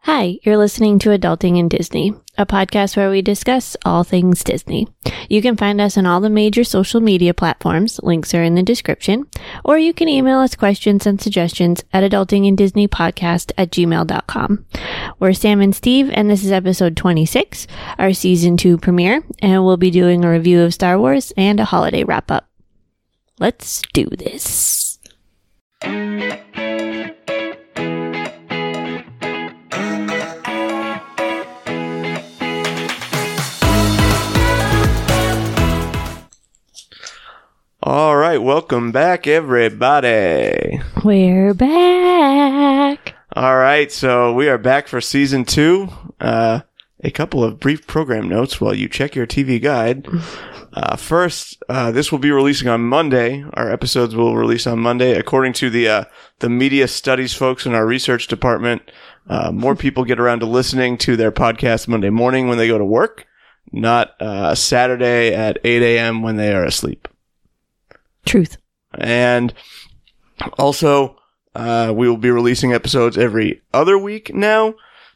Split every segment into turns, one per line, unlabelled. Hi, you're listening to Adulting in Disney, a podcast where we discuss all things Disney. You can find us on all the major social media platforms, links are in the description, or you can email us questions and suggestions at adultingindisneypodcast at gmail.com. We're Sam and Steve, and this is episode 26, our season 2 premiere, and we'll be doing a review of Star Wars and a holiday wrap up. Let's do this.
All right, welcome back, everybody.
We're back.
All right, so we are back for season two. Uh, a couple of brief program notes while you check your TV guide. Uh, first, uh, this will be releasing on Monday. Our episodes will release on Monday, according to the uh, the media studies folks in our research department. Uh, more people get around to listening to their podcast Monday morning when they go to work, not uh, Saturday at 8 a.m. when they are asleep.
Truth.
And also, uh, we will be releasing episodes every other week now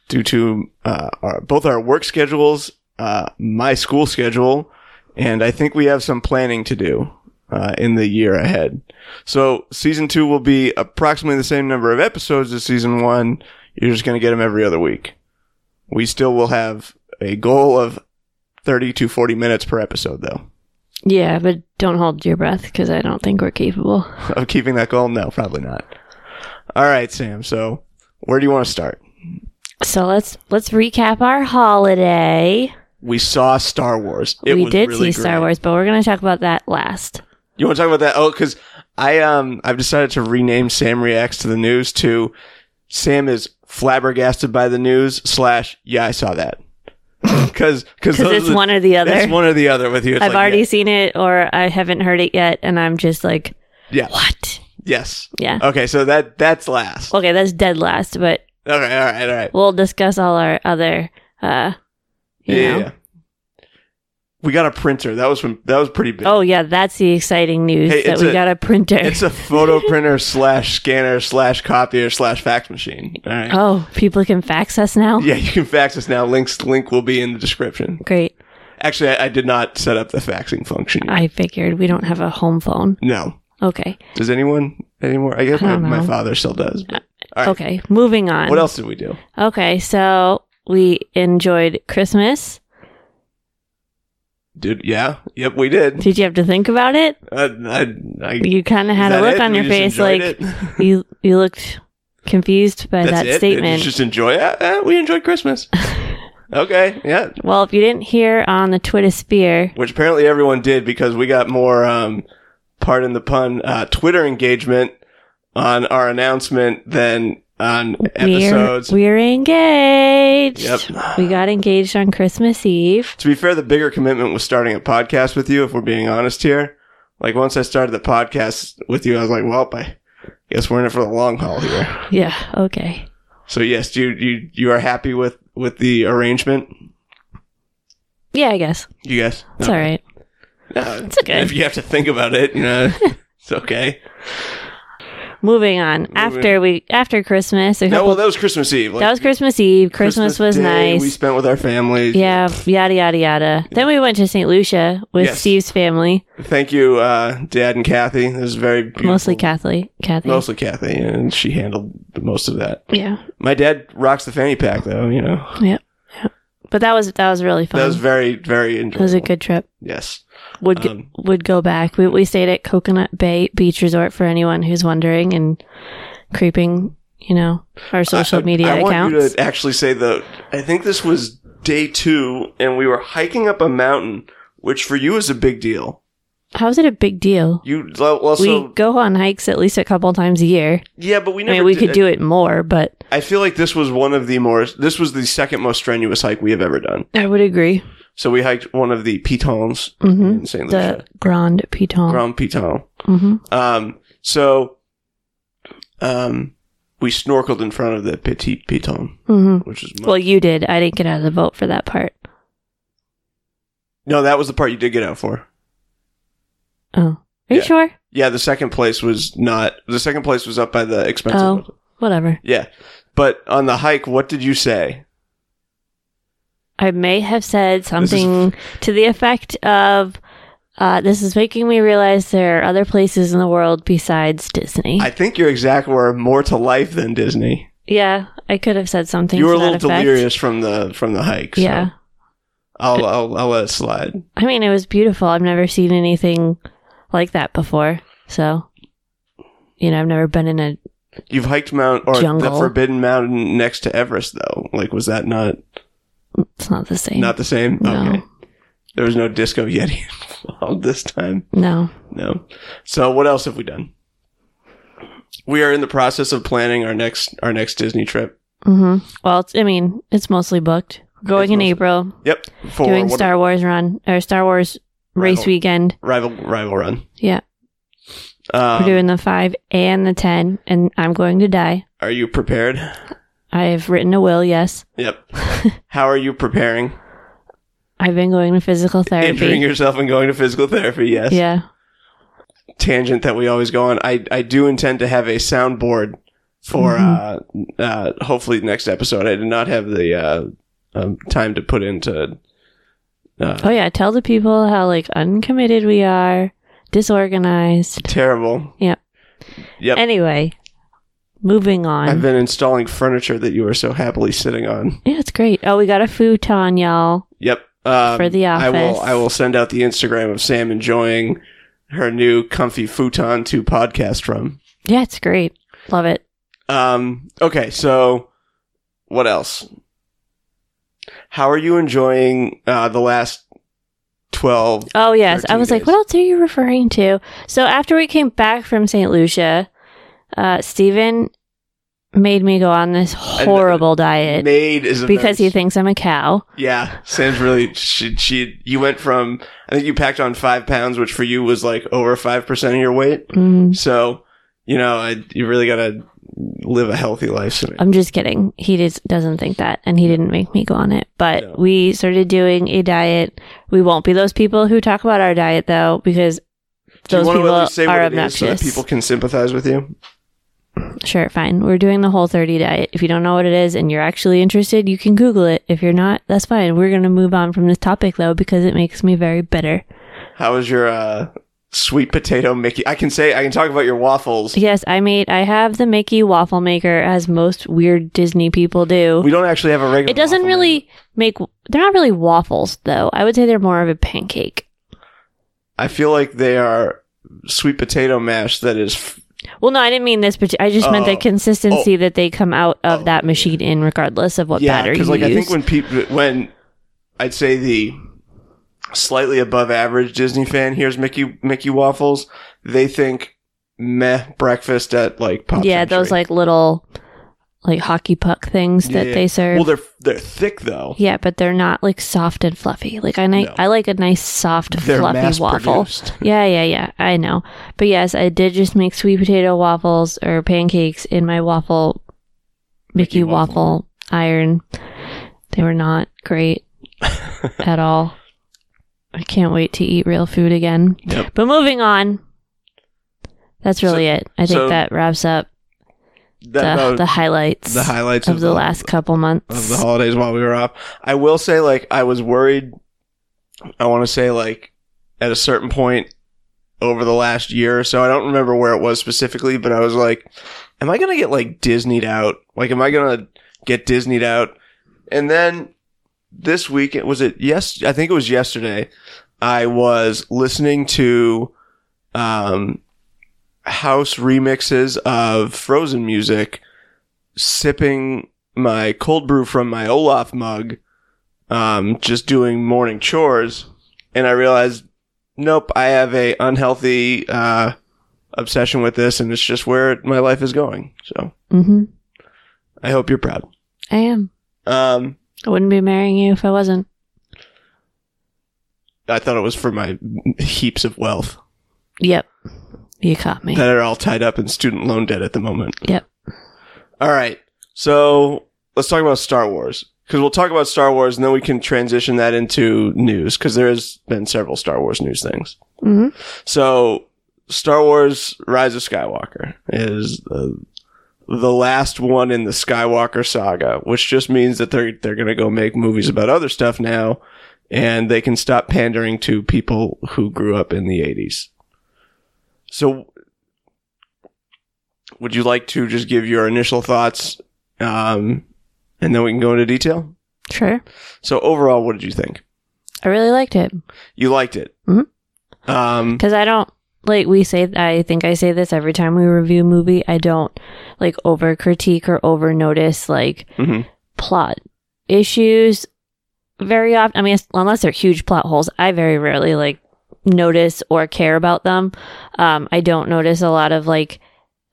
due to uh, our, both our work schedules, uh, my school schedule, and I think we have some planning to do uh, in the year ahead. So, season two will be approximately the same number of episodes as season one. You're just going to get them every other week. We still will have a goal of 30 to 40 minutes per episode, though.
Yeah, but don't hold your breath because I don't think we're capable.
of keeping that goal? No, probably not. All right, Sam. So, where do you want to start?
So let's let's recap our holiday.
We saw Star Wars. It
we
was
did
really
see Star
great.
Wars, but we're gonna talk about that last.
You want to talk about that? Oh, because I um I've decided to rename Sam reacts to the news to Sam is flabbergasted by the news slash yeah I saw that because because
Because it's one or the other.
It's one or the other with you. It's
I've
like,
already
yeah,
seen it or I haven't heard it yet, and I'm just like,
Yeah.
What?
yes.
Yeah.
Okay, so that that's last.
Okay, that's dead last, but
Okay, all right, all right.
we'll discuss all our other uh you know.
We got a printer. That was from, that was pretty big.
Oh yeah, that's the exciting news
Hey,
that
it's
we
a-
got a printer.
It's a photo printer slash scanner slash copier slash fax machine. All right.
oh, people can fax us now?
Yeah, you can fax us now. Links link will be in the description.
Great.
Actually, I, I did not set up the faxing function. Yet.
I figured we don't have a home phone.
no.
Okay.
Does anyone anymore? I guess
I
my,
don't
my
know.
father still does. but- All right.
Okay. Moving on.
What else did we do?
Okay, so we enjoyed Christmas.
Mm-hmm. Dude, yeah, yep, we did.
Did you have to think about it?
Uh, I, I
You kind of had
is
a
that
look
it?
on
We
your
just
face
enjoyed
like
it?
you you looked confused by
That's
that
it? Did
statement.
you just enjoy it. Uh, we enjoyed Christmas. okay, yeah,
well, if you didn't hear on the Twitter sphere,
which apparently everyone did because we got more, um, pardon the pun, uh, Twitter engagement on our announcement than on
we're,
episodes.
we're engaged.
Yep.
We got engaged on Christmas Eve.
to be fair, the bigger commitment was starting a podcast with you, if we're being honest here. Like, once I started the podcast with you, I was like, well, I guess we're in it for the long haul here.
Yeah, okay.
So, yes, you, you, you are happy with, with the arrangement?
Yeah, I guess.
You guys?
It's all right.
No.
It's okay.
If you have to think about it, you know, it's okay.
Moving on. After we after Christmas, a
No,
couple,
well, that was Christmas Eve. Like,
that was Christmas Eve. Christmas, was
Day
nice.
We spent with our families.
Yeah, yada yada yada. Then we went to St. Lucia with
Yes.
Steve's family,
Thank you, uh, Dad and Kathy. It was very beautiful.
mostly Catholic. Kathy.
Mostly Kathy, and she handled the most of that.
Yeah,
My dad rocks the fanny pack, though. You know,
but that was that was really fun.
that was very, very enjoyable.
It was a good trip.
yes.
Would g
Um,
would go back. We we stayed at Coconut Bay Beach Resort for anyone who's wondering and creeping. You know our social
I-
media
I
accounts.
want you to actually say the. I think this was day two, and we were hiking up a mountain, which for you is a big deal.
How is it a big deal?
You well, well, so
we go on hikes at least a couple times a year.
yeah, but we
I
never.
mean, we
did-
could do it more, but
I feel like this was one of the more. This was the second most strenuous hike we have ever done.
I would agree.
So we hiked one of the pitons
hmm
in St. Lucia,
The uh, Grand Piton.
Grand Piton.
hmm
Um, so, um, we snorkeled in front of the Petit Piton,
hmm
which is
Well, you did. I didn't get out of the boat for that part.
no, that was the part you did get out for.
Oh. Are you
Yeah.
sure?
Yeah, the second place was not. The second place was up by the expensive.
Oh.
one.
Whatever.
Yeah, But on the hike, what did you say?
I may have said something to the effect of, uh, "This is making me realize there are other places in the world besides Disney."
I think your exact were more to life than Disney.
yeah, I could have said something.
you were
to
a little
that effect.
delirious from the from the hike. so
Yeah,
I'll, I'll I'll let it slide.
I mean it was beautiful. I've never seen anything like that before. So, you know, I've never been in a.
You've hiked Mount or the
Jungle.
Forbidden Mountain next to Everest, though. Like, was that not
It's not the same.
not the same?
No.
Okay, there was no disco yeti involved this time.
no.
No. So what else have we done? We are in the process of planning our next our next Disney trip.
hmm Well, it's, I mean, it's mostly booked. We're Going
It's
in
mostly-
April,
Yep. For
doing
what-
Star Wars run or Star Wars race
Rival.
weekend.
rival rival run.
Yeah,
Um,
we're doing the five and the ten, and I'm going to die.
are you prepared?
I've written a will. Yes,
Yep. How are you preparing?
I've been going to physical
Injuring
therapy.
yourself and going to physical therapy. Yes.
Yeah,
Tangent that we always go on. I I do intend to have a soundboard for
Mm-hmm.
uh, uh hopefully next episode. I did not have the uh um, time to put into uh,
Oh yeah, tell the people how like uncommitted we are, disorganized.
terrible.
Yep.
Yep.
Anyway, moving on.
I've been installing furniture that you were so happily sitting on.
yeah, it's great. Oh, we got a futon, y'all.
Yep. Um,
For the
I will
office.
I will send out the Instagram of Sam enjoying her new comfy futon to podcast from.
Yeah, it's great. Love it.
Um okay, so what else? How are you enjoying uh the last 12
Oh yes, I
13
was like,
days.
what else are you referring to? So after we came back from St. Lucia, uh, Stephen made me go on this horrible diet
uh, made is a
because he
very-
thinks I'm a cow.
Yeah, Sam's really she she you went from I think you packed on 5 pounds which for you was like over 5% of your weight.
Mm,
So, you know, I, you really gotta live a healthy life. So
I'm just kidding. He just doesn't think that, and he didn't make me go on it. But
No.
we started doing a diet. We won't be those people who talk about our diet though, because
Do you
those
want to at least say
people
what
are
it is so that
obnoxious.
people can sympathize with you?
Sure, fine. We're doing the whole 30 diet. If you don't know what it is and you're actually interested, you can Google it. If you're not, that's fine. We're going to move on from this topic though because it makes me very bitter.
How was your uh, sweet potato Mickey? I can say I can talk about your waffles.
Yes, I made I have the Mickey waffle maker as most weird Disney people do.
We don't actually have a regular.
it doesn't
waffle maker.
really make they're not really waffles though. I would say they're more of a pancake.
I feel like they are sweet potato mash that is f-
Well, no, I didn't mean this, but I just meant the
Oh.
consistency that they come out of
Oh,
that machine in regardless of what
yeah.
batter you
Because like I think
use.
when people when I'd say the slightly above average Disney fan hears Mickey Mickey waffles, they think meh breakfast at like Pop
yeah, those
Century.
like little like hockey puck things
Yeah,
that
yeah.
they serve.
Well, they're they're thick though.
Yeah, but they're not like soft and fluffy. Like I ni-
No.
I like a nice soft
They're mass
fluffy waffle.
produced.
Yeah, yeah, yeah. I know. But yes, I did just make sweet potato waffles or pancakes in my waffle Mickey,
Mickey waffle.
waffle. iron. They were not great at all. I can't wait to eat real food again.
Yep.
But moving on. That's really it. I think
so
that wraps up the,
That- that-
the highlights
the highlights
of, the, last couple months.
of the holidays while we were off. I will say, like, I was worried. I want to say, like, at a certain point over the last year or so, I don't remember where it was specifically, but I was like, "Am I gonna get like Disneyed out? Like, am I gonna get Disneyed out?" And then this week, it was it yes, I think it was yesterday. I was listening to um, house remixes of Frozen music, sipping my cold brew from my Olaf mug, um, just doing morning chores, and I realized, nope, I have a unhealthy uh, obsession with this, and it's just where my life is going. So
hmm
I hope you're proud.
I am.
Um,
I wouldn't be marrying you if I wasn't.
I thought it was for my heaps of wealth
Yep. You caught me.
that are all tied up in student loan debt at the moment.
Yep.
All right, so let's talk about Star Wars. Because we'll talk about Star Wars and then we can transition that into news. Because there has been several Star Wars news things.
hmm
So, Star Wars: Rise of Skywalker is uh, the last one in the Skywalker saga, which just means that they're they're going to go make movies about other stuff now, and they can stop pandering to people who grew up in the '80s. So, would you like to just give your initial thoughts, um, and then we can go into detail?
Sure.
So, overall, what did you think?
I really liked it
You liked it.
Mhm.
Um,
because I don't like we say. I think I say this every time we review a movie. I don't like over critique or over notice like
mhm.
plot issues very often. I mean, unless they're huge plot holes, I very rarely like notice or care about them. Um, I don't notice a lot of like,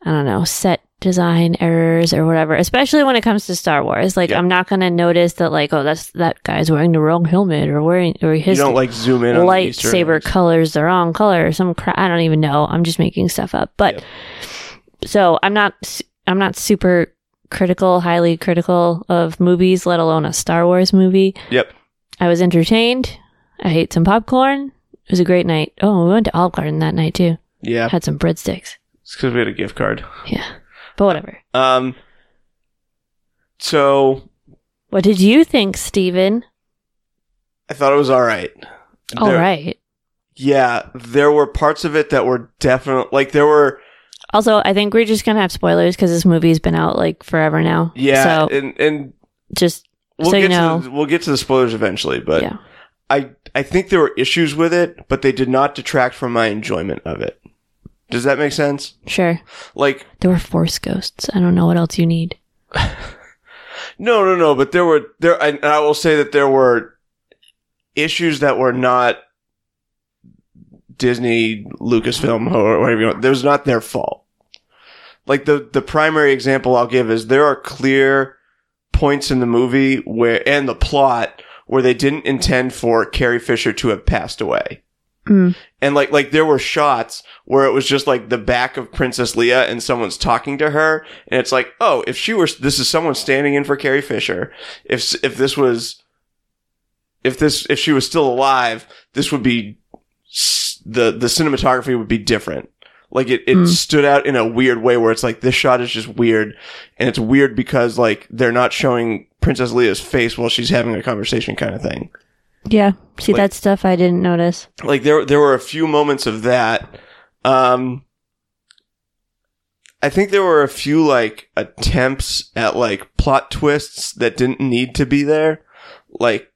I don't know, set design errors or whatever, especially when it comes to Star Wars. Like,
Yeah.
I'm not going to notice that, like, oh, that's that guy's wearing the wrong helmet or wearing, or
you
his
don't like zoom in on the Easter
lightsaber
eggs.
colors the wrong color or some crap. I don't even know. I'm just making stuff up. But
Yep.
so I'm not s- I'm not super critical, highly critical of movies, let alone a Star Wars movie.
Yep.
I was entertained. I ate some popcorn. It was a great night. Oh, we went to Olive Garden that night too.
Yeah,
Had some breadsticks.
it's because we had a gift card.
Yeah. But whatever.
Um, so
What did you think, Steven?
I thought it was all right.
All
There-
right.
Yeah, there were parts of it that were definite. Like there were,
Also, I think we're just going to have spoilers because this movie's been out like forever now.
yeah,
So
and and
just,
we'll
So you
get
know.
to the, we'll get to the spoilers eventually, but
Yeah.
I I think there were issues with it, but they did not detract from my enjoyment of it. Does that make sense?
sure.
Like
There were force ghosts. I don't know what else you need.
no, no, no, but there were there, and I will say that there were issues that were not Disney, Lucasfilm, or whatever you want. There was not their fault. Like the the primary example I'll give is there are clear points in the movie where and the plot where they didn't intend for Carrie Fisher to have passed away.
Hmm.
And like like there were shots where it was just like the back of Princess Leia and someone's talking to her and it's like, "Oh, if she were this is someone standing in for Carrie Fisher. If s- if this was if this if she was still alive, this would be s- the the cinematography would be different. Like it it
Hmm.
stood out in a weird way where it's like this shot is just weird and it's weird because like they're not showing Princess Leia's face while she's having a conversation kind of thing
Yeah. See,
Like-
that stuff I didn't notice.
like there there were a few moments of that um i think there were a few like attempts at like plot twists that didn't need to be there like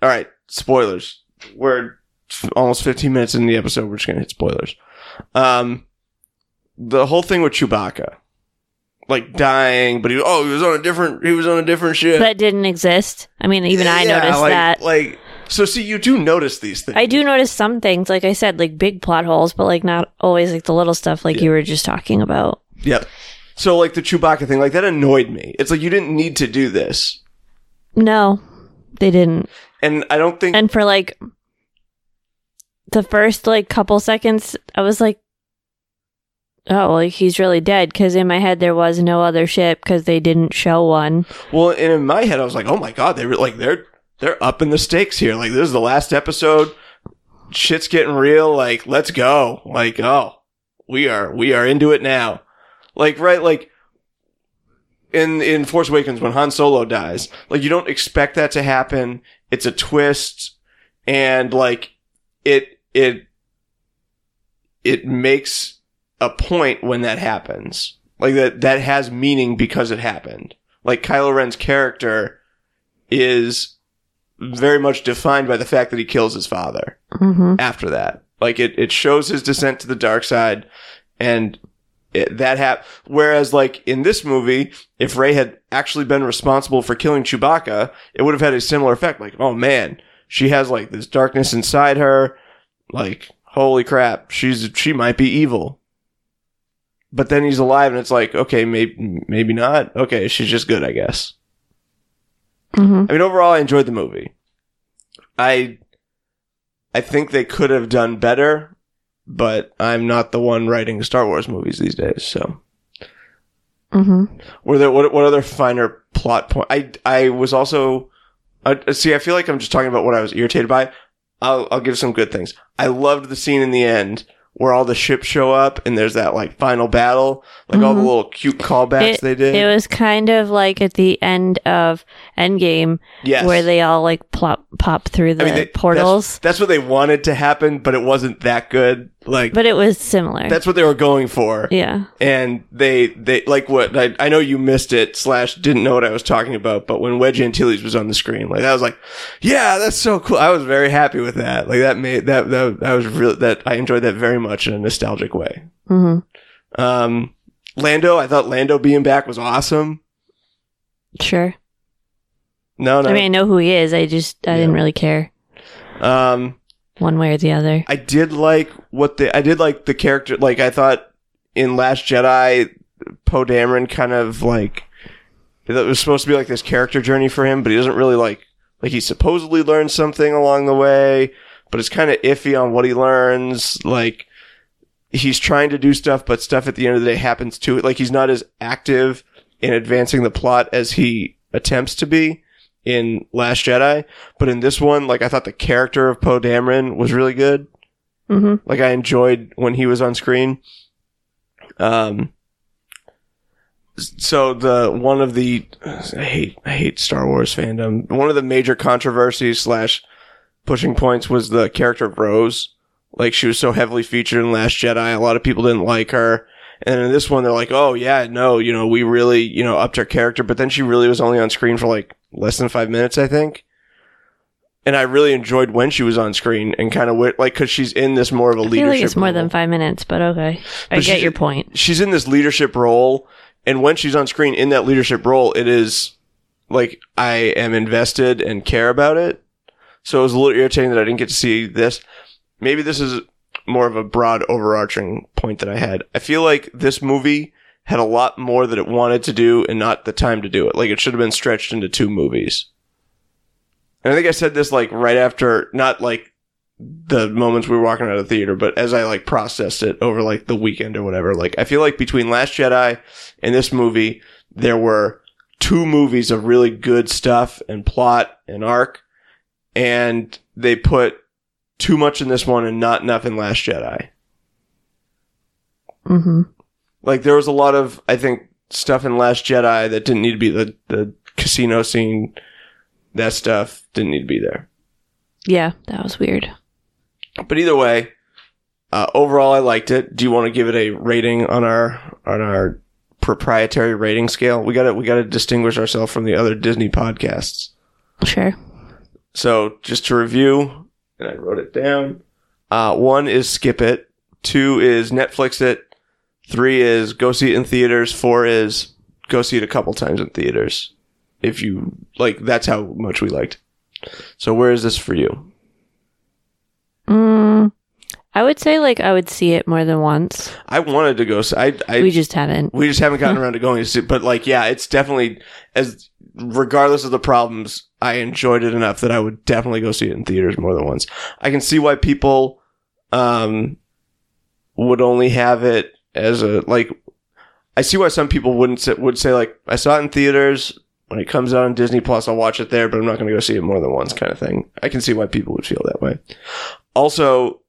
all right spoilers we're f- almost 15 minutes in the episode we're just going to hit spoilers um the whole thing with chewbacca like dying but he oh he was on a different he was on a different ship
That didn't exist. I mean, even I
Yeah,
noticed
like-
that.
like so see you do notice these things
I do notice some things, like I said, like big plot holes, but like not always like the little stuff like you were just talking about.
Yep. So like the Chewbacca thing, like that annoyed me. It's like you didn't need to do this.
No, they didn't.
And I don't think
And for like the first like couple seconds, I was like, oh, well, he's really dead because in my head there was no other ship because they didn't show one.
well and in my head I was like, "Oh my god, they were like they're they're up in the stakes here. Like this is the last episode. Shit's getting real. Like let's go. Like oh, we are we are into it now." Like right like in in Force Awakens when Han Solo dies, like you don't expect that to happen. It's a twist and like it it it makes a point when that happens. Like that that has meaning because it happened. Like Kylo Ren's character is very much defined by the fact that he kills his father
hmm
after that. Like it, it shows his descent to the dark side, and it, that hap. Whereas, like in this movie, if Ray had actually been responsible for killing Chewbacca, it would have had a similar effect. Like, oh man, she has like this darkness inside her. Like, holy crap, she's she might be evil. But then he's alive, and it's like, okay, maybe maybe not. Okay, she's just good, I guess.
hmm
I mean, overall, I enjoyed the movie. I, I think they could have done better, but I'm not the one writing Star Wars movies these days. So,
hmm
were there what what other finer plot point? I I was also, I, see, I feel like I'm just talking about what I was irritated by. I'll I'll give some good things. I loved the scene in the end where all the ships show up and there's that like final battle, like all the
Mhm.
little cute callbacks
It-
they did.
It was kind of like at the end of Endgame
yes.
where they all like plop pop through the
I mean, they-
portals,
That's what they wanted to happen, but it wasn't that good. Like
but it was similar.
that's what they were going for.
yeah.
And they they like what I, I know you missed it slash didn't know what I was talking about, but when Wedge Antilles was on the screen, like I was like, yeah, that's so cool. I was very happy with that. Like that made that that, that was really that I enjoyed that very much in a nostalgic way.
hmm
Um, Lando, I thought Lando being back was awesome.
Sure.
Oh, No, no.
I mean, I know who he is. I just I
Yeah.
didn't really care
um,
one way or the other.
I did like what the I did like the character. Like I thought in Last Jedi, Poe Dameron kind of like it was supposed to be like this character journey for him, but he doesn't really like like he supposedly learns something along the way, but it's kind of iffy on what he learns. Like he's trying to do stuff, but stuff at the end of the day happens to it. Like he's not as active in advancing the plot as he attempts to be in Last Jedi. But in this one, like I thought the character of Poe Dameron was really good.
hmm
Like I enjoyed when he was on screen. Um. s- So the one of the I hate I hate Star Wars fandom. One of the major controversies slash pushing points was the character of Rose. Like she was so heavily featured in Last Jedi, a lot of people didn't like her. And in this one, they're like, "Oh yeah, no, you know, we really you know upped her character." But then she really was only on screen for like less than five minutes, I think and I really enjoyed when she was on screen and kind of where, like because she's in this more of a
I
leadership.
feel like it's more
role.
than five minutes, but okay. I
But
get
she-
your point.
She's in this leadership role, and when she's on screen in that leadership role, it is like I am invested and care about it. So it was a little irritating that I didn't get to see this. Maybe this is more of a broad overarching point that I had. I feel like this movie had a lot more that it wanted to do and not the time to do it. Like it should have been stretched into two movies. And I think I said this like right after, not like the moments we were walking out of the theater, but as I like processed it over like the weekend or whatever. Like I feel like between Last Jedi and this movie, there were two movies of really good stuff and plot and arc, and they put too much in this one and not enough in Last Jedi.
hmm
Like there was a lot of I think stuff in Last Jedi that didn't need to be the the casino scene, that stuff didn't need to be there.
Yeah, that was weird.
But either way, uh, overall, I liked it. Do you want to give it a rating on our on our proprietary rating scale? We got to we got to distinguish ourselves from the other Disney podcasts.
Sure.
So just to review, and I wrote it down. Uh, one is skip it. Two is Netflix it. Three is go see it in theaters. Four is go see it a couple times in theaters. If you like, that's how much we liked. So where is this for you?
Mm, I would say like I would see it more than once.
I wanted to go. s- I I
we just haven't.
We just haven't gotten around to going to see, but like, yeah, it's definitely as regardless of the problems, I enjoyed it enough that I would definitely go see it in theaters more than once. I can see why people um would only have it as a like. I see why some people wouldn't say, would say like, I saw it in theaters. When it comes out on Disney Plus, I'll watch it there, but I'm not going to go see it more than once, kind of thing. I can see why people would feel that way. Also,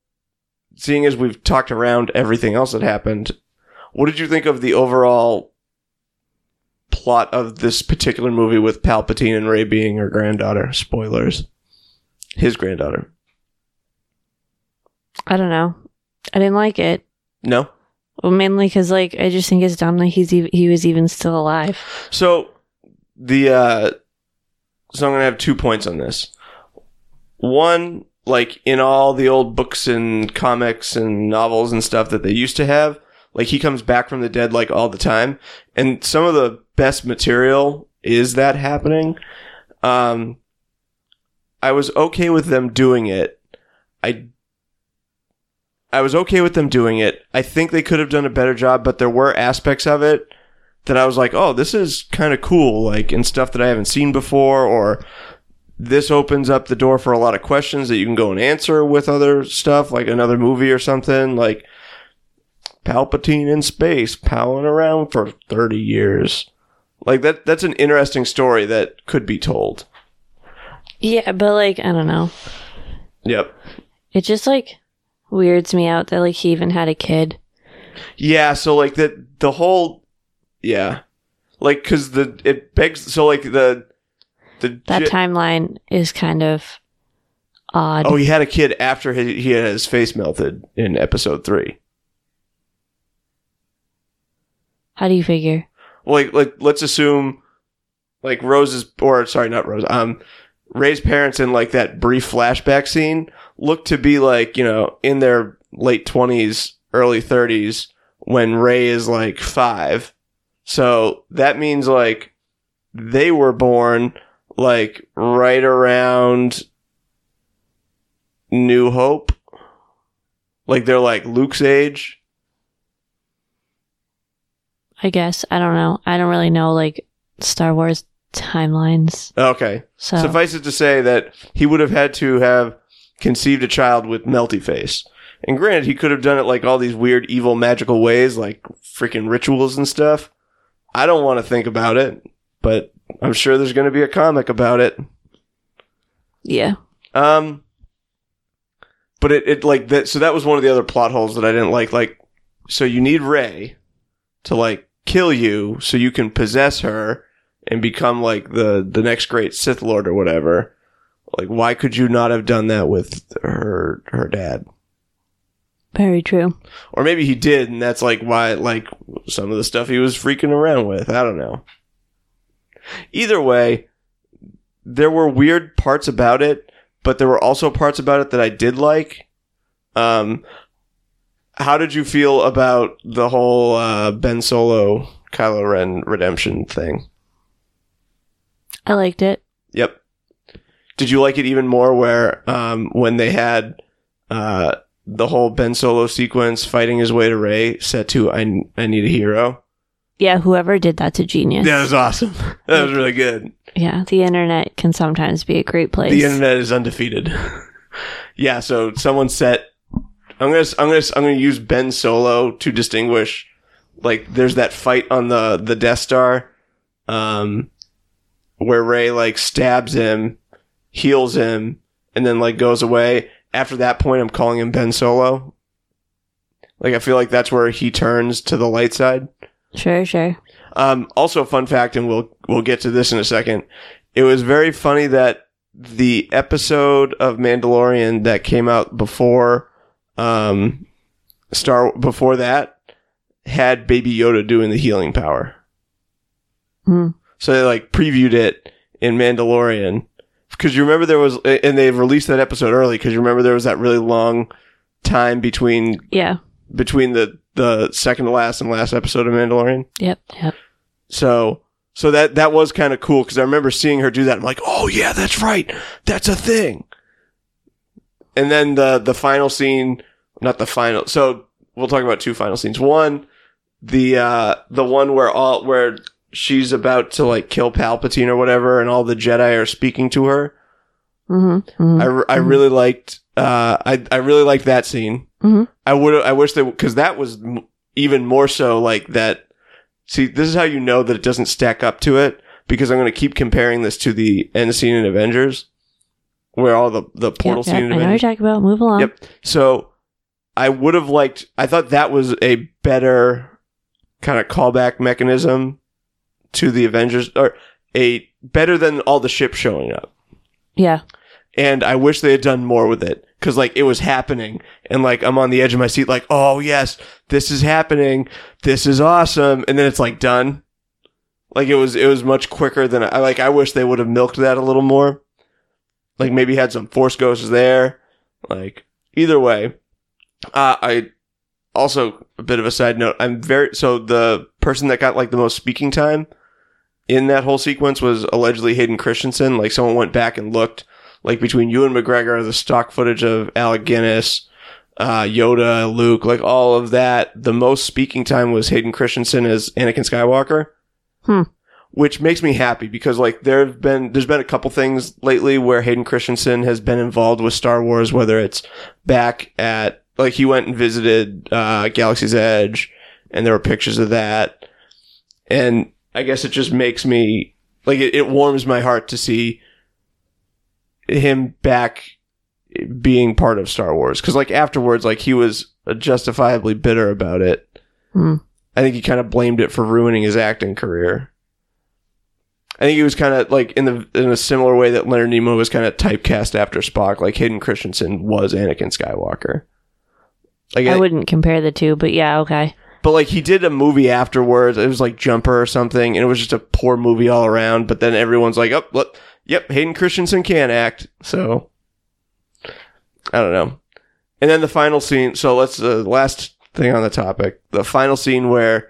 seeing as we've talked around everything else that happened, what did you think of the overall plot of this particular movie with Palpatine and Ray being her granddaughter? Spoilers. His granddaughter.
I don't know. I didn't like it.
No?
Well, mainly because like I just think it's dumb that he's ev- he was even still alive.
So the uh so I'm gonna have two points on this. One, like in all the old books and comics and novels and stuff that they used to have, like he comes back from the dead like all the time. And some of the best material is that happening. Um I was okay with them doing it. I I was okay with them doing it. I think they could have done a better job, but there were aspects of it that I was like, oh, this is kind of cool, like, and stuff that I haven't seen before, or this opens up the door for a lot of questions that you can go and answer with other stuff, like another movie or something, like Palpatine in space, palling around for 30 years. Like, that, that's an interesting story that could be told.
Yeah, but like I don't know.
Yep.
It just like weirds me out that like he even had a kid.
Yeah, so like the the whole yeah. Like cuz the it begs so like the the
That
ge-
timeline is kind of odd.
Oh, he had a kid after he, he had his face melted in episode 3.
How do you figure?
Like like let's assume like Rose's or sorry, not Rose. Um Ray's parents in like that brief flashback scene look to be like, you know, in their late 20s, early 30s when Ray is like 5. So that means like they were born like right around New Hope. Like they're like Luke's age.
I guess I don't know. I don't really know like Star Wars timelines.
Okay.
So
Suffice it to say that he would have had to have conceived a child with Melty Face. And granted, he could have done it like all these weird, evil, magical ways, like freaking rituals and stuff. I don't want to think about it, but I'm sure there's going to be a comic about it.
yeah,
Um, but it, it like that. So that was one of the other plot holes that I didn't like. Like, so you need Ray to like kill you so you can possess her and become like the the next great Sith Lord or whatever. Like, why could you not have done that with her her dad?
very true.
Or maybe he did, and that's like why like some of the stuff he was freaking around with. I don't know. Either way, there were weird parts about it, but there were also parts about it that I did like. Um, how did you feel about the whole uh, Ben Solo Kylo Ren redemption thing?
I liked it.
Yep. Did you like it even more where um, when they had uh, the whole Ben Solo sequence fighting his way to Rey set to I, I Need a Hero?
Yeah, whoever did that's a genius.
That was awesome. That was really good.
Yeah, the internet can sometimes be a great place.
The internet is undefeated. yeah, so someone set I'm going to I'm going to I'm going to use Ben Solo to distinguish like there's that fight on the the Death Star um where Ray like stabs him, heals him and then like goes away. After that point I'm calling him Ben Solo. Like I feel like that's where he turns to the light side.
Sure, sure.
Um, also, fun fact, and we'll we'll get to this in a second. It was very funny that the episode of Mandalorian that came out before um, Star before that had Baby Yoda doing the healing power.
Hmm.
So they like previewed it in Mandalorian because you remember there was and they released that episode early because you remember there was that really long time between
Yeah.
between the the second to last and last episode of Mandalorian.
Yep. Yep.
So so that that was kind of cool because I remember seeing her do that. I'm like, oh yeah, that's right, that's a thing. And then the the final scene, not the final. So we'll talk about two final scenes. One, the uh the one where all where she's about to like kill Palpatine or whatever, and all the Jedi are speaking to her.
Mm-hmm.
I, re- I really liked uh I I really liked that scene.
Mhm.
I would I wish that because that was m- even more so like that. See, this is how you know that it doesn't stack up to it because I'm going to keep comparing this to the end scene in Avengers, where all the the portal scene in
I know what you're
Avengers.
talking about. Move along.
Yep. So I would have liked. I thought that was a better kind of callback mechanism to the Avengers, or a better than all the ships showing up
Yeah.
and I wish they had done more with it because like it was happening and like I'm on the edge of my seat like oh yes this is happening this is awesome and then it's like done like it was it was much quicker than I like I wish they would have milked that a little more like maybe had some force ghosts there like either way uh, I also a bit of a side note I'm very so the person that got like the most speaking time in that whole sequence was allegedly Hayden Christensen like someone went back and looked like between you and McGregor, the stock footage of Alec Guinness, uh, Yoda, Luke, like all of that, the most speaking time was Hayden Christensen as Anakin Skywalker.
Hmm.
Which makes me happy because like there've been there's been a couple things lately where Hayden Christensen has been involved with Star Wars, whether it's back at like he went and visited uh, Galaxy's Edge, and there were pictures of that, and I guess it just makes me like it, it warms my heart to see him back being part of Star Wars because like afterwards, like he was justifiably bitter about it.
Hmm.
I think he kind of blamed it for ruining his acting career. I think he was kind of like in the in a similar way that Leonard Nimoy was kind of typecast after Spock, like Hayden Christensen was Anakin Skywalker. Like,
I
I-
wouldn't compare the two, but yeah, okay.
but like he did a movie afterwards. It was like Jumper or something, and it was just a poor movie all around. But then everyone's like, "Oh, look, yep, Hayden Christensen can act." So I don't know. And then the final scene. So let's uh, the last thing on the topic. The final scene where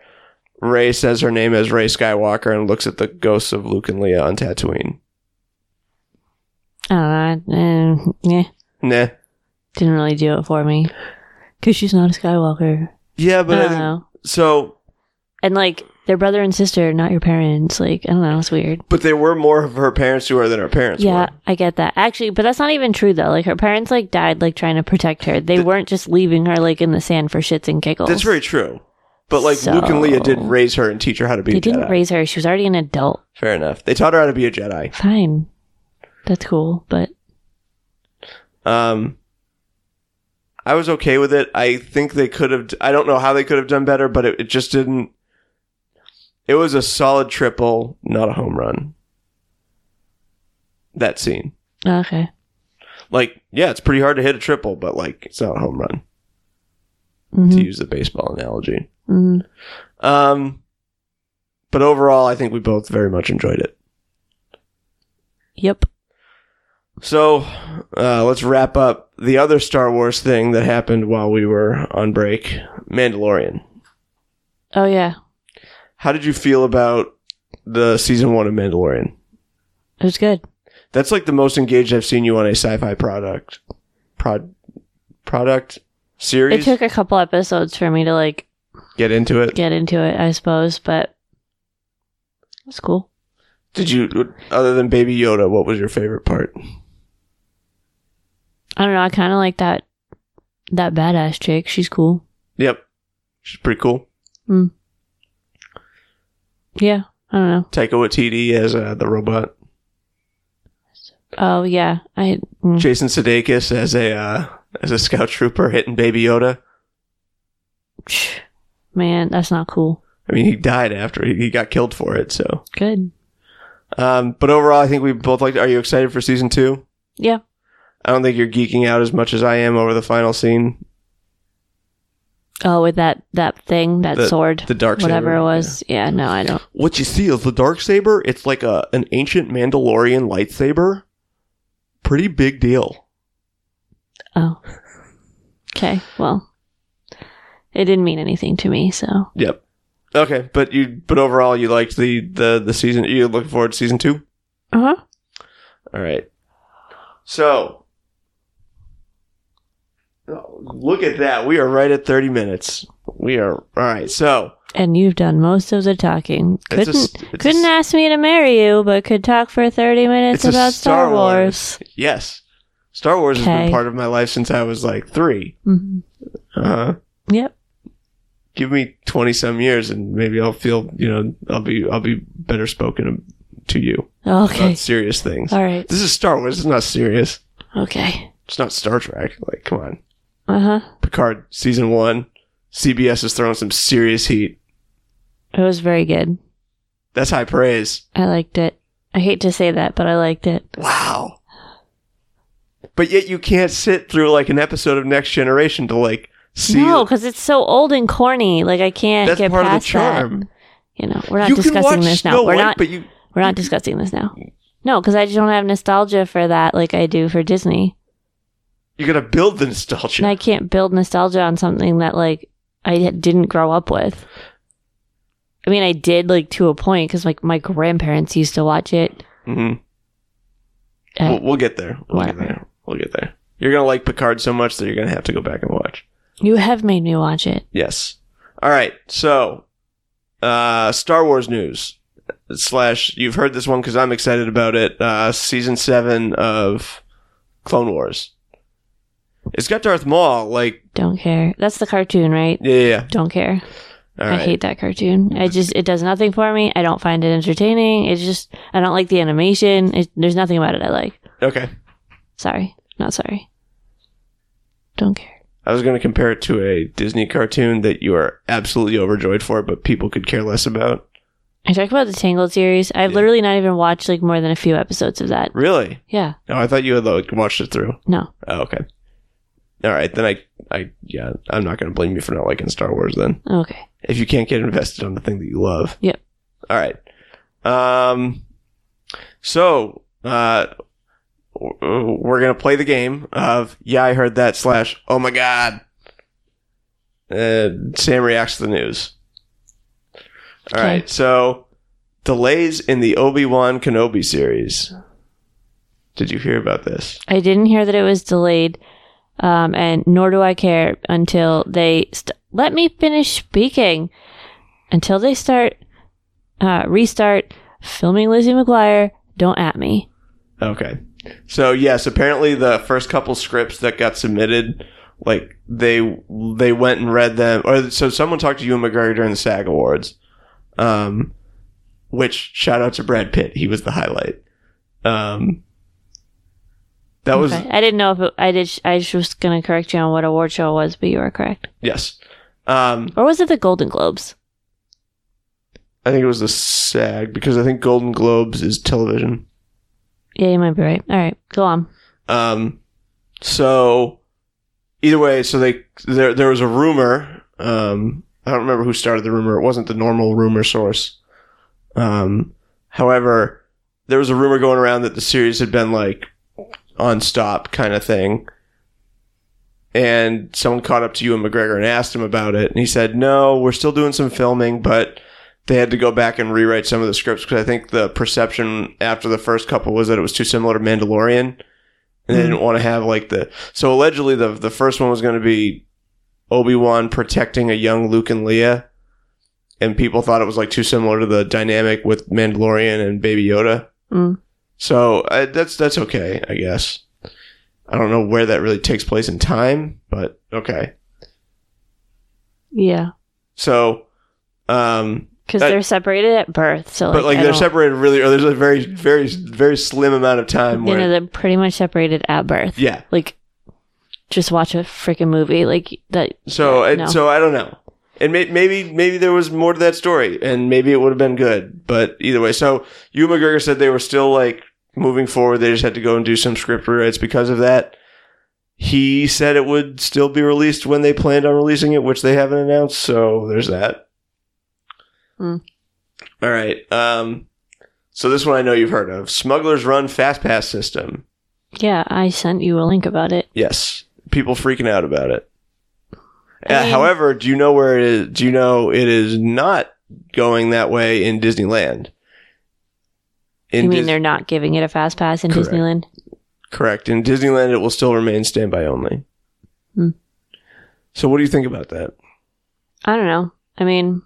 Ray says her name is Ray Skywalker and looks at the ghosts of Luke and Leia on Tatooine.
I don't know. I- eh, yeah,
Nah.
didn't really do it for me because she's not a Skywalker.
Yeah,
I
but I
don't
think-
know.
so.
And like their brother and sister, not your parents. Like I don't know, it's weird.
But there were more of her parents who were than her parents.
yeah,
were.
I get that. Actually, but that's not even true though. Like her parents like died like trying to protect her. They
Th-
weren't just leaving her like in the sand for shits and giggles.
that's very true. But like Luke and Leia did
So-
raise her and teach her how to be.
They
a
didn't
Jedi.
raise her. She was already an adult.
Fair enough. They taught her how to be a Jedi.
Fine. That's cool, but
Um, I was okay with it. I think they could have. I don't know how they could have done better, but it, it just didn't. It was a solid triple, not a home run. That scene,
okay.
like, yeah, it's pretty hard to hit a triple, but like, it's not a home run
Mhm.
to use the baseball analogy.
Mhm.
Um, but overall, I think we both very much enjoyed it.
Yep.
So uh, let's wrap up the other Star Wars thing that happened while we were on break Mandalorian.
Oh yeah.
How did you feel about the season one of Mandalorian?
It was good.
That's like the most engaged I've seen you on a sci fi product. Prod, product? Series?
It took a couple episodes for me to like
Get into it.
get into it, I suppose, but it's cool.
Did you, other than Baby Yoda, what was your favorite part?
I don't know. I kind of like that that badass chick. She's cool.
Yep. She's pretty cool.
Yeah. I don't know.
Taika Waititi as uh, the robot.
Mm-hmm. Oh yeah. I mm,
Jason Sudeikis as a uh, as a scout trooper hitting Baby Yoda.
psh, man, that's not cool.
I mean, he died after he he got killed for it. So,
Good.
um, but overall, I think we both liked. Are you excited for season two?
Yeah.
I don't think you're geeking out as much as I am over the final scene,
Oh, with that that thing, that
The-
sword,
the dark
whatever
saber.
it was. Yeah. No, I don't.
What you see is the dark saber. It's like a an ancient Mandalorian lightsaber. Pretty big deal.
Oh. Okay. Well, it didn't mean anything to me. So
Yep. Okay, but you but overall, you liked the the the season. You're looking forward to season two.
uh huh.
All right. So, oh, look at that. We are right at 30 minutes. We are all right. So,
And you've done most of the talking.
It's a
Couldn't
s- it's a
couldn't
s-
ask me to marry you, but could talk for thirty minutes
It's a
about Star
Star
Wars.
yes, Star Wars has
Okay.
been part of my life since I was like three.
hmm
Uh-huh.
Yep.
Give me 20 some years and maybe I'll feel, you know, I'll be, I'll be better spoken to you about
Okay.
serious things.
All right.
This is Star Wars. It's not serious.
Okay.
It's not Star Trek. Like, come on.
Uh huh.
Picard season one. CBS has thrown some serious heat.
It was very good.
That's high praise.
I liked it. I hate to say that, but I liked it.
Wow. But yet you can't sit through like an episode of Next Generation to like see.
No, because it's so old and corny. Like I can't
that's
get
part of the
past
charm.
that. You know, we're not
you can
discussing
watch
this now.
Snow
we're
White,
not.
But you,
We're not discussing this now. No, because I just don't have nostalgia for that like I do for Disney.
you're gonna build the nostalgia.
And I can't build nostalgia on something that like I d- didn't grow up with. I mean, I did like to a point because like my grandparents used to watch it.
Mhm.
Uh,
we'll, we'll get there. We'll get
whatever.
there. We'll get there. You're gonna like Picard so much that you're gonna have to go back and watch.
You have made me watch it.
Yes. All right. So, uh, Star Wars news slash you've heard this one because I'm excited about it. Uh, season seven of Clone Wars. It's got Darth Maul. Like,
Don't care. That's the cartoon, right?
yeah, yeah. yeah.
Don't care.
All
I
right.
hate that cartoon. I just it does nothing for me. I don't find it entertaining. It's just I don't like the animation. It, there's nothing about it I like.
Okay.
Sorry, not sorry. Don't care.
I was going to compare it to a Disney cartoon that you are absolutely overjoyed for, but people could care less about.
I talked about the Tangled series. I've
Yeah.
literally not even watched like more than a few episodes of that.
Really?
Yeah.
No, I thought you had like, watched it through.
No.
Oh, okay. All right, then I, I, yeah, I'm not going to blame you for not liking Star Wars. Then,
Okay.
if you can't get invested on the thing that you love,
Yep.
All right. Um. So, uh, w- w- we're gonna play the game of yeah, I heard that slash oh my god. Uh, Sam reacts to the news. All
Okay.
right, so delays in the Obi Wan Kenobi series. Did you hear about this?
I didn't hear that it was delayed, um, and nor do I care until they st- let me finish speaking. Until they start, uh, restart filming Lizzie McGuire. Don't at me.
Okay. So yes, apparently the first couple scripts that got submitted, like they they went and read them, or so someone talked to you and McGregor during the SAG Awards, um, which shout out to Brad Pitt, he was the highlight. Um, that was
Okay. I didn't know if it, I did. Sh- I just was gonna correct you on what award show it was, but you were correct.
yes. Um,
Or was it the Golden Globes?
I think it was the SAG because I think Golden Globes is television.
Yeah, you might be right. All right, go on.
Um, so either way, so they there there was a rumor. Um, I don't remember who started the rumor. It wasn't the normal rumor source. Um, however, there was a rumor going around that the series had been like on stop kind of thing. And someone caught up to you and McGregor and asked him about it, and he said, "No, we're still doing some filming, but." They had to go back and rewrite some of the scripts because I think the perception after the first couple was that it was too similar to Mandalorian, and they didn't want to have like the so allegedly the the first one was going to be Obi Wan protecting a young Luke and Leia, and people thought it was like too similar to the dynamic with Mandalorian and Baby Yoda.
Mm.
So uh, that's that's okay, I guess. I don't know where that really takes place in time, but okay.
Yeah,
So, um,
because
Uh,
they're separated at birth, so like,
but like
I
they're
don't-
separated really, or there's a very very very slim amount of time
You know,
where
they're pretty much separated at birth.
yeah.
Like, just watch a freaking movie like that.
So
Yeah,
and
no.
so I don't know. And may- maybe maybe there was more to that story, and maybe it would have been good. But either way, so you McGregor said they were still like moving forward. They just had to go and do some script rewrites because of that. He said it would still be released when they planned on releasing it, which they haven't announced. So there's that.
Hmm.
All right. Um, so this one I know you've heard of: Smuggler's Run Fast Pass System.
Yeah, I sent you a link about it.
Yes, people freaking out about it.
I
Uh,
mean-
however, do you know where it is? Do you know it is not going that way in Disneyland? In
you mean
Dis-
they're not giving it a fast pass in
Correct.
Disneyland?
correct in Disneyland, it will still remain standby only.
Hmm.
So, what do you think about that?
I don't know. I mean,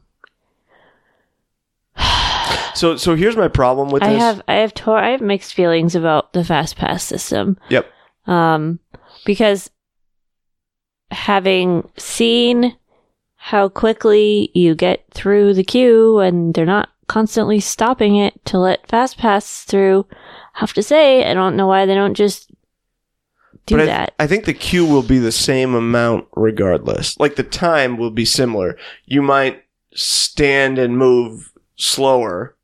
So, so here's my problem with
I
this.
have I have tor- I have mixed feelings about the fast pass system.
Yep.
Um, because having seen how quickly you get through the queue and they're not constantly stopping it to let fast pass through, I have to say I don't know why they don't just do
but I,
that.
I think the queue will be the same amount regardless. Like the time will be similar. You might stand and move slower,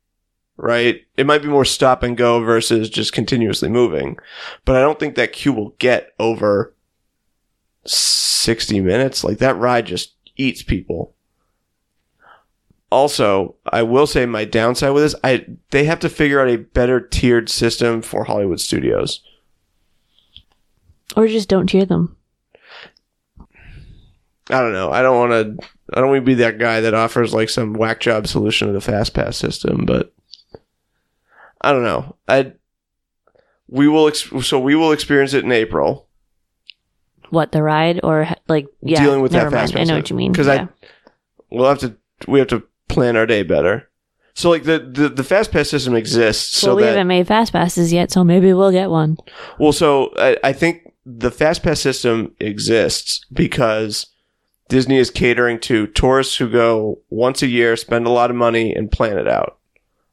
right? It might be more stop and go versus just continuously moving. But I don't think that queue will get over 60 minutes. Like that ride just eats people. Also, I will say my downside with this, I they have to figure out a better tiered system for Hollywood studios.
or just don't hear them.
I don't know. I don't want to. I don't want to be that guy that offers like some whack job solution to the fast pass system, but I don't know. I we will ex- so we will experience it in April.
What the ride or ha- like yeah
Dealing with
never
that fast
mind. I know what you mean
because
yeah.
I we'll have to we have to plan our day better. So like the the, the fast pass system exists
well,
so
we
that
haven't made fast passes yet, so maybe we'll get one.
Well, so I, I think the fast pass system exists because Disney is catering to tourists who go once a year, spend a lot of money, and plan it out.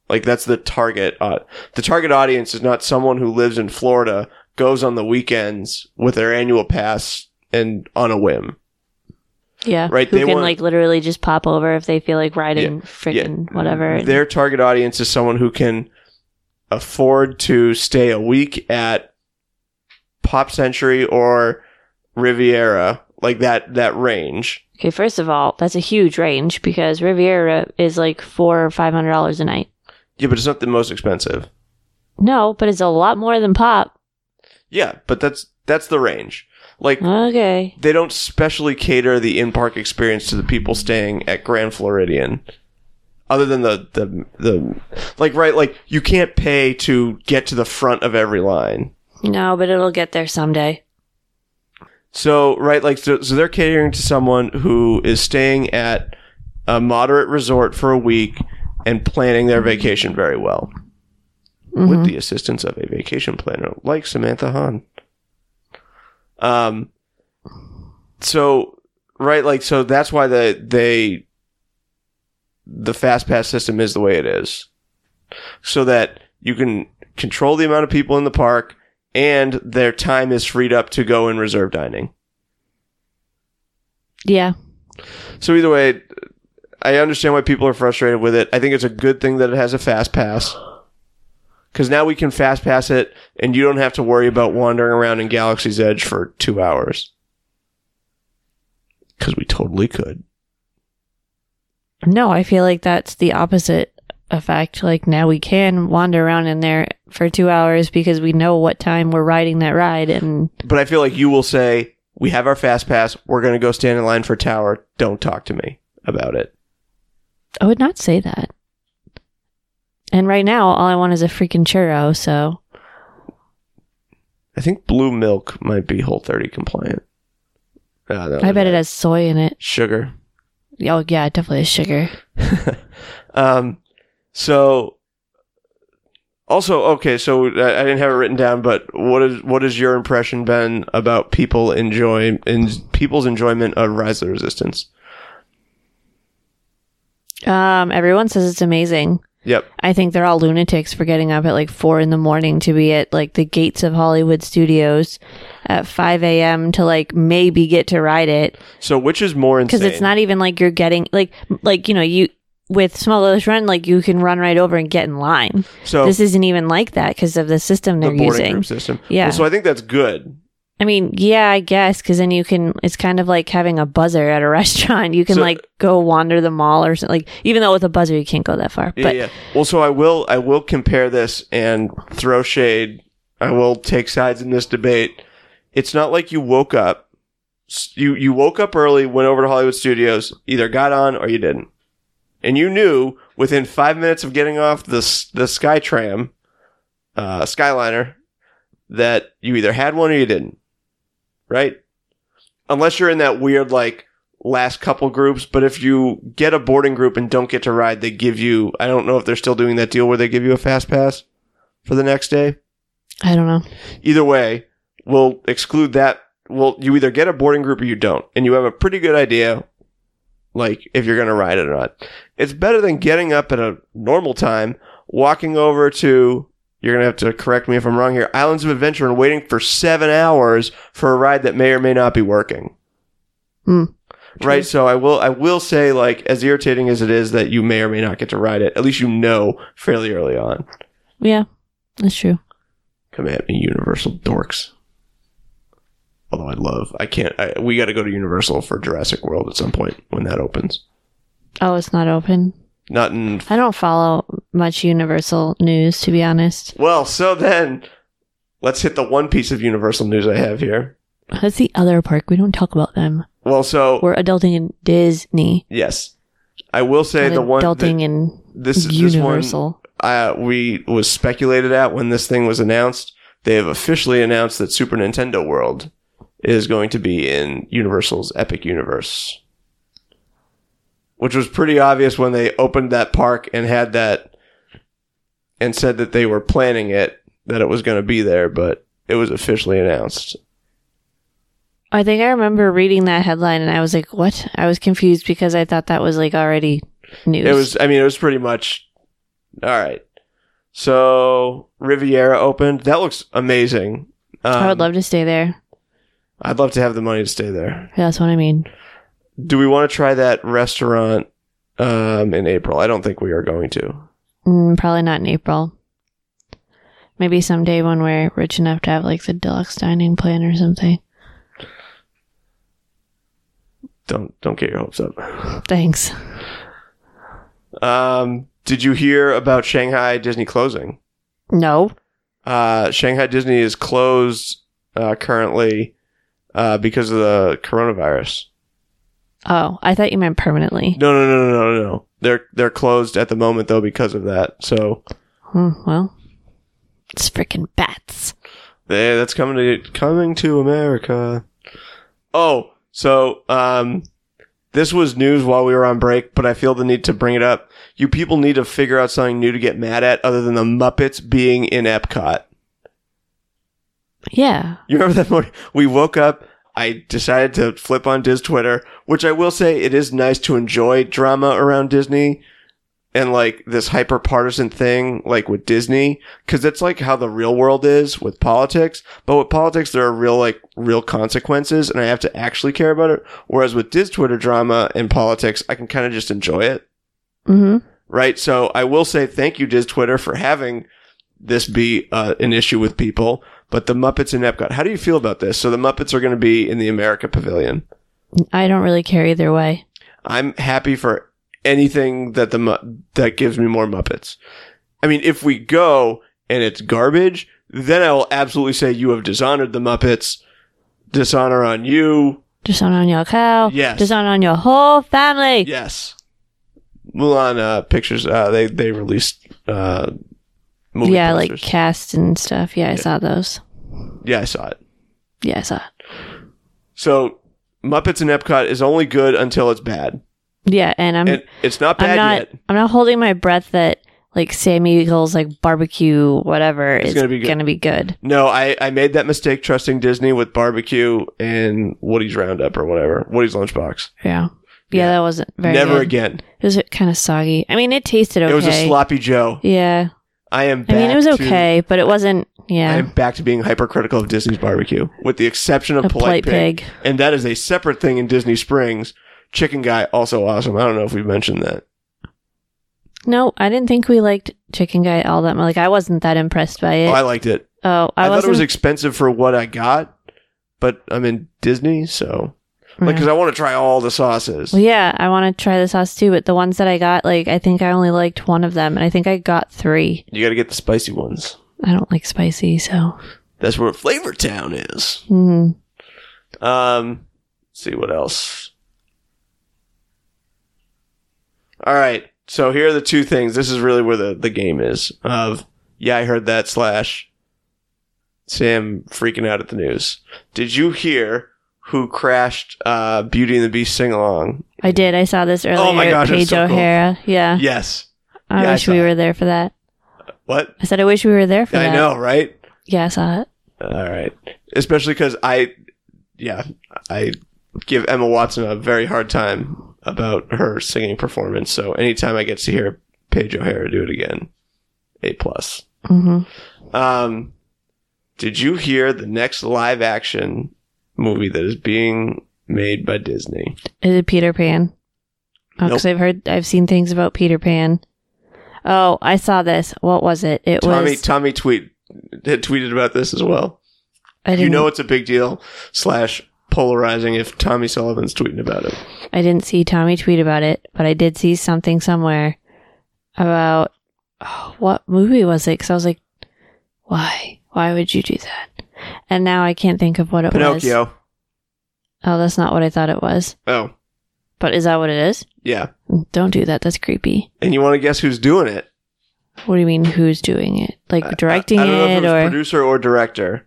Like that's the target. Uh, the target audience is not someone who lives in Florida, goes on the weekends with their annual pass and on a whim.
Yeah.
Right,
Who
they
can
want-
like literally just pop over if they feel like riding
Yeah. Mm-hmm.
freaking whatever. and-
Their target audience is someone who can afford to stay a week at Pop Century or Riviera, like that that range.
okay, first of all, that's a huge range because Riviera is like four or five hundred dollars a night.
Yeah, but it's not the most expensive.
No, but it's a lot more than pop.
Yeah, but that's that's the range. Like
Okay.
they don't specially cater the in-park experience to the people staying at Grand Floridian. Other than the the the like right like you can't pay to get to the front of every line.
No, but it'll get there someday.
So right, like so, so they're catering to someone who is staying at a moderate resort for a week and planning their vacation very well with
Mhm.
the assistance of a vacation planner like Samantha Hahn. Um, so right, like so that's why the they the fast pass system is the way it is, so that you can control the amount of people in the park and their time is freed up to go in reserve dining.
yeah.
So either way, I understand why people are frustrated with it. I think it's a good thing that it has a fast pass. Because now we can fast pass it, and you don't have to worry about wandering around in Galaxy's Edge for two hours. Because we totally could.
No, I feel like that's the opposite effect. Like now we can wander around in there for two hours because we know what time we're riding that ride and
But I feel like you will say, We have our fast pass. We're going to go stand in line for Tower. Don't talk to me about it.
I would not say that. And right now, all I want is a freaking churro. So
I think Blue Milk might be Whole 30 compliant. Uh, no,
I bet it
no.
has soy in it.
Sugar.
Oh yeah, it definitely has sugar.
Um, so also okay, so I, I didn't have it written down, but what is what is your impression, Ben, about people enjoy in people's enjoyment of Rise of the Resistance?
Um, everyone says it's amazing.
Yep,
I think they're all lunatics for getting up at like four in the morning to be at like the gates of Hollywood studios at five a.m. to like maybe get to ride it.
So which is more insane?
because it's not even like you're getting like like you know you with Smuggler's Run like you can run right over and get in line.
so
This isn't even like that because of the system
Oh. the
they're
boarding
using.
group system.
Yeah.
Well, so I think that's good.
I mean, yeah, I guess because then you can. It's kind of like having a buzzer at a restaurant. You can
So-
like go wander the mall or something. Like even though with a buzzer you can't go that far.
Yeah,
but
yeah. Well, so I will I will compare this and throw shade. I will take sides in this debate. It's not like you woke up. s- You you woke up early, went over to Hollywood Studios, either got on or you didn't, and you knew within five minutes of getting off the s- the Sky Tram, uh, Skyliner, that you either had one or you didn't, right? Unless you're in that weird like last couple groups, but if you get a boarding group and don't get to ride, they give you I don't know if they're still doing that deal where they give you a fast pass for the next day.
I don't know.
Either way, we'll exclude that well, you either get a boarding group or you don't, and you have a pretty good idea like if you're gonna ride it or not. It's better than getting up at a normal time, walking over to you're gonna have to correct me if I'm wrong here, Islands of Adventure and waiting for seven hours for a ride that may or may not be working.
Hmm.
Right, so I will I will say like as irritating as it is that you may or may not get to ride it, at least you know fairly early on.
Yeah, that's true.
Come at me, Universal dorks. Although I love, I can't. I, we got to go to Universal for Jurassic World at some point when that opens.
Oh, it's not open.
Not in.
I don't follow much Universal news to be honest.
Well, so then, let's hit the one piece of Universal news I have here.
That's the other park. We don't talk about them.
Well, so
We're adulting in Disney.
yes, I will say
Not
the one that-
adulting in
this this one
Universal.
uh, we was speculated at when this thing was announced. They have officially announced that Super Nintendo World is going to be in Universal's Epic Universe, which was pretty obvious when they opened that park and had that and said that they were planning it that it was going to be there, but it was officially announced.
I think I remember reading that headline and I was like, "What?" I was confused because I thought that was like already news.
It was, I mean, it was pretty much all right. So Riviera opened. That looks amazing. Um,
I would love to stay there.
I'd love to have the money to stay there.
That's what I mean.
Do we want to try that restaurant um, in April? I don't think we are going to.
Mm, probably not in April. Maybe someday when we're rich enough to have like the deluxe dining plan or something.
Don't don't get your hopes up.
Thanks.
Um, did you hear about Shanghai Disney closing?
No.
Uh, Shanghai Disney is closed uh, currently uh, because of the coronavirus.
Oh, I thought you meant permanently.
No, no, no, no, no, no. They're they're closed at the moment though because of that. So
Hmm, well, it's freaking bats.
they, that's coming to coming to America. Oh, so um, this was news while we were on break, but I feel the need to bring it up. You people need to figure out something new to get mad at other than the Muppets being in Epcot.
Yeah.
You remember that morning? We woke up. I decided to flip on Diz Twitter, which I will say it is nice to enjoy drama around Disney and like this hyper partisan thing, like with Disney, because it's like how the real world is with politics. But with politics, there are real, like, real consequences, and I have to actually care about it. Whereas with Diz Twitter drama and politics, I can kind of just enjoy it
hmm
right? So I will say thank you, Diz Twitter, for having this be uh, an issue with people. But the Muppets in Epcot, how do you feel about this? So the Muppets are going to be in the America Pavilion.
I don't really care either way.
I'm happy for anything that the Mu- that gives me more Muppets. I mean, if we go and it's garbage, then I will absolutely say you have dishonored the Muppets. Dishonor on you.
Dishonor on your cow.
Yes.
Dishonor on your whole family.
Yes. Mulan uh, pictures. Uh, they they released. Uh, movie
yeah, like
posters.
cast and stuff. Yeah, I saw those.
yeah, I saw it.
Yeah, I saw. it.
So Muppets in Epcot is only good until it's bad.
Yeah, and I'm
And it's not
I'm
bad
not
yet.
I'm not holding my breath that like Sam Eagles like barbecue whatever is
gonna be good.
gonna be good.
No, I, I made that mistake trusting Disney with barbecue and Woody's Roundup or whatever. Woody's Lunchbox.
Yeah. Yeah,
Yeah.
that wasn't very
Never
good.
again.
It was kind of soggy. I mean, it tasted okay.
It was a sloppy Joe.
Yeah.
I am
I
back
mean, it was
to-
okay, but it wasn't.
I
Yeah.
am back to being hypercritical of Disney's barbecue, with the exception of
A polite
Polite, pig.
pig.
And that is a separate thing in Disney Springs. Chicken Guy, also awesome. I don't know if we mentioned that.
No, I didn't think we liked Chicken Guy all that much. Like, I wasn't that impressed by it.
oh, I liked it.
oh, I,
I, thought
wasn't.
it was expensive for what I got, but I'm in Disney, so.
Mm.
Like, because I want to try all the sauces.
Well, yeah, I want to try the sauce too, but the ones that I got, like, I think I only liked one of them, and I think I got three.
You got to get the spicy ones.
I don't like spicy, so.
That's where Flavor Town is.
Mm.
Um, let's see what else. All right. So here are the two things. This is really where the, the game is. Of yeah, I heard that slash Sam freaking out at the news. Did you hear who crashed uh, Beauty and the Beast sing along?
I did. I saw this earlier.
Oh my gosh, that's
Paige
so cool.
O'Hara. Yeah.
Yes.
I
Yeah, I
wish
saw
we
it.
were there for that.
What?
I said, I wish we were there for
I
that.
know, right?
Yeah, I saw it.
All right. Especially because I, yeah, I give Emma Watson a very hard time about her singing performance. So anytime I get to hear Paige O'Hara do it again, A plus.
hmm
Um, did you hear the next live action movie that is being made by Disney?
Is it Peter Pan? Oh, because I've heard, I've seen things about Peter Pan. Oh, I saw this. What was it? It
Tommy
was.
Tommy tweet had tweeted about this as well.
I didn't,
You know it's a big deal slash polarizing if Tommy Sullivan's tweeting about it.
I didn't see Tommy tweet about it, but I did see something somewhere about oh, what movie was it? Because I was like, why? Why would you do that? And now I can't think of what it was.
Pinocchio.
Oh, that's not what I thought it was.
Oh
But is that what it is?
yeah.
Don't do that. That's creepy.
And you want to guess who's doing it?
What do you mean? Who's doing it? Like directing
I, I don't know if
it,
it was
or
producer or director,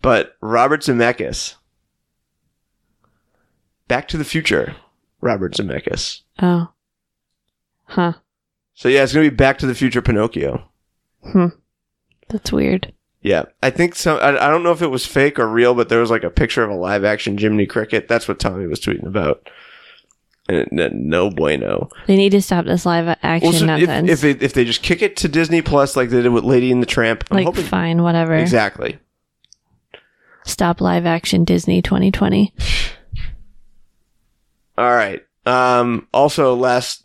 but Robert Zemeckis. Back to the Future, Robert Zemeckis.
oh, huh?
So yeah, it's gonna be Back to the Future Pinocchio.
That's weird.
Yeah, I think some. I, I don't know if it was fake or real, but there was like a picture of a live action Jiminy Cricket. That's what Tommy was tweeting about. And it- no- no bueno.
They need to stop this live action
Also, if,
nonsense.
if, it, if they just kick it to Disney Plus like they did with Lady and the Tramp, I'm
like,
hoping
fine, whatever.
exactly.
Stop live action Disney 2020.
All right. Um, also, last,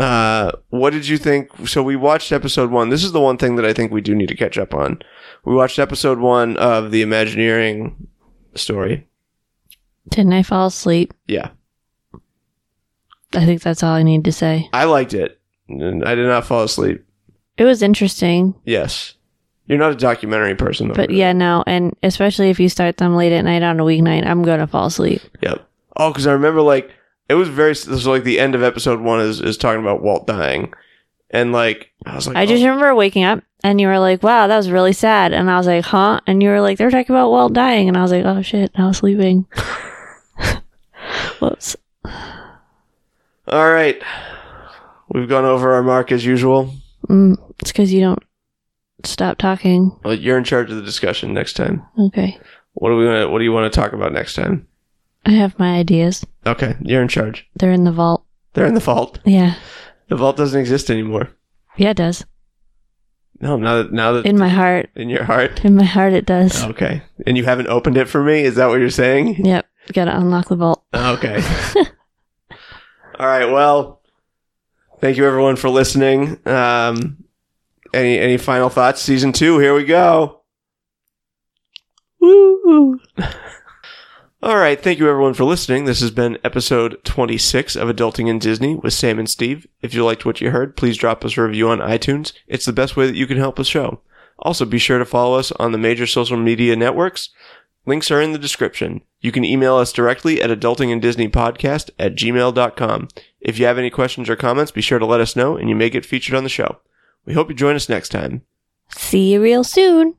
uh, what did you think? So we watched episode one. This is the one thing that I think we do need to catch up on. We watched episode one of the Imagineering story.
Didn't I fall asleep?
Yeah,
I think that's all I need to say.
I liked it. And I did not fall asleep.
It was interesting,
Yes, you're not a documentary person, though,
but
right?
yeah, no, and especially if you start them late at night on a weeknight, I'm gonna fall asleep.
Yep. Oh, because I remember like it was very. This was like the end of episode one is is talking about Walt dying, and like I was like,
I
oh.
just remember waking up and you were like, "Wow, that was really sad," and I was like, "Huh?" And you were like, "They're talking about Walt dying," and I was like, "Oh shit, I was sleeping." Whoops.
All right, we've gone over our mark as usual.
Mm, it's because you don't stop talking.
Well, you're in charge of the discussion next time.
Okay,
What do we want? What do you want to talk about next time?
I have my ideas.
Okay, you're in charge.
They're in the vault.
They're in the vault.
Yeah,
The vault doesn't exist anymore.
yeah, it does.
No, now that now that
In my heart,
in your heart.
in my heart, it does.
Okay, and you haven't opened it for me. Is that what you're saying?
Yep, gotta unlock the vault.
Okay. All right. Well, thank you everyone for listening. Um, any any final thoughts? Season two. Here we go.
Woo!
All right. Thank you everyone for listening. This has been episode 26 of Adulting in Disney with Sam and Steve. If you liked what you heard, please drop us a review on iTunes. It's the best way that you can help us show. Also, be sure to follow us on the major social media networks. Links are in the description. You can email us directly at adultinganddisneypodcast at gmail.com. If you have any questions or comments, be sure to let us know and you may get featured on the show. We hope you join us next time.
See you real soon.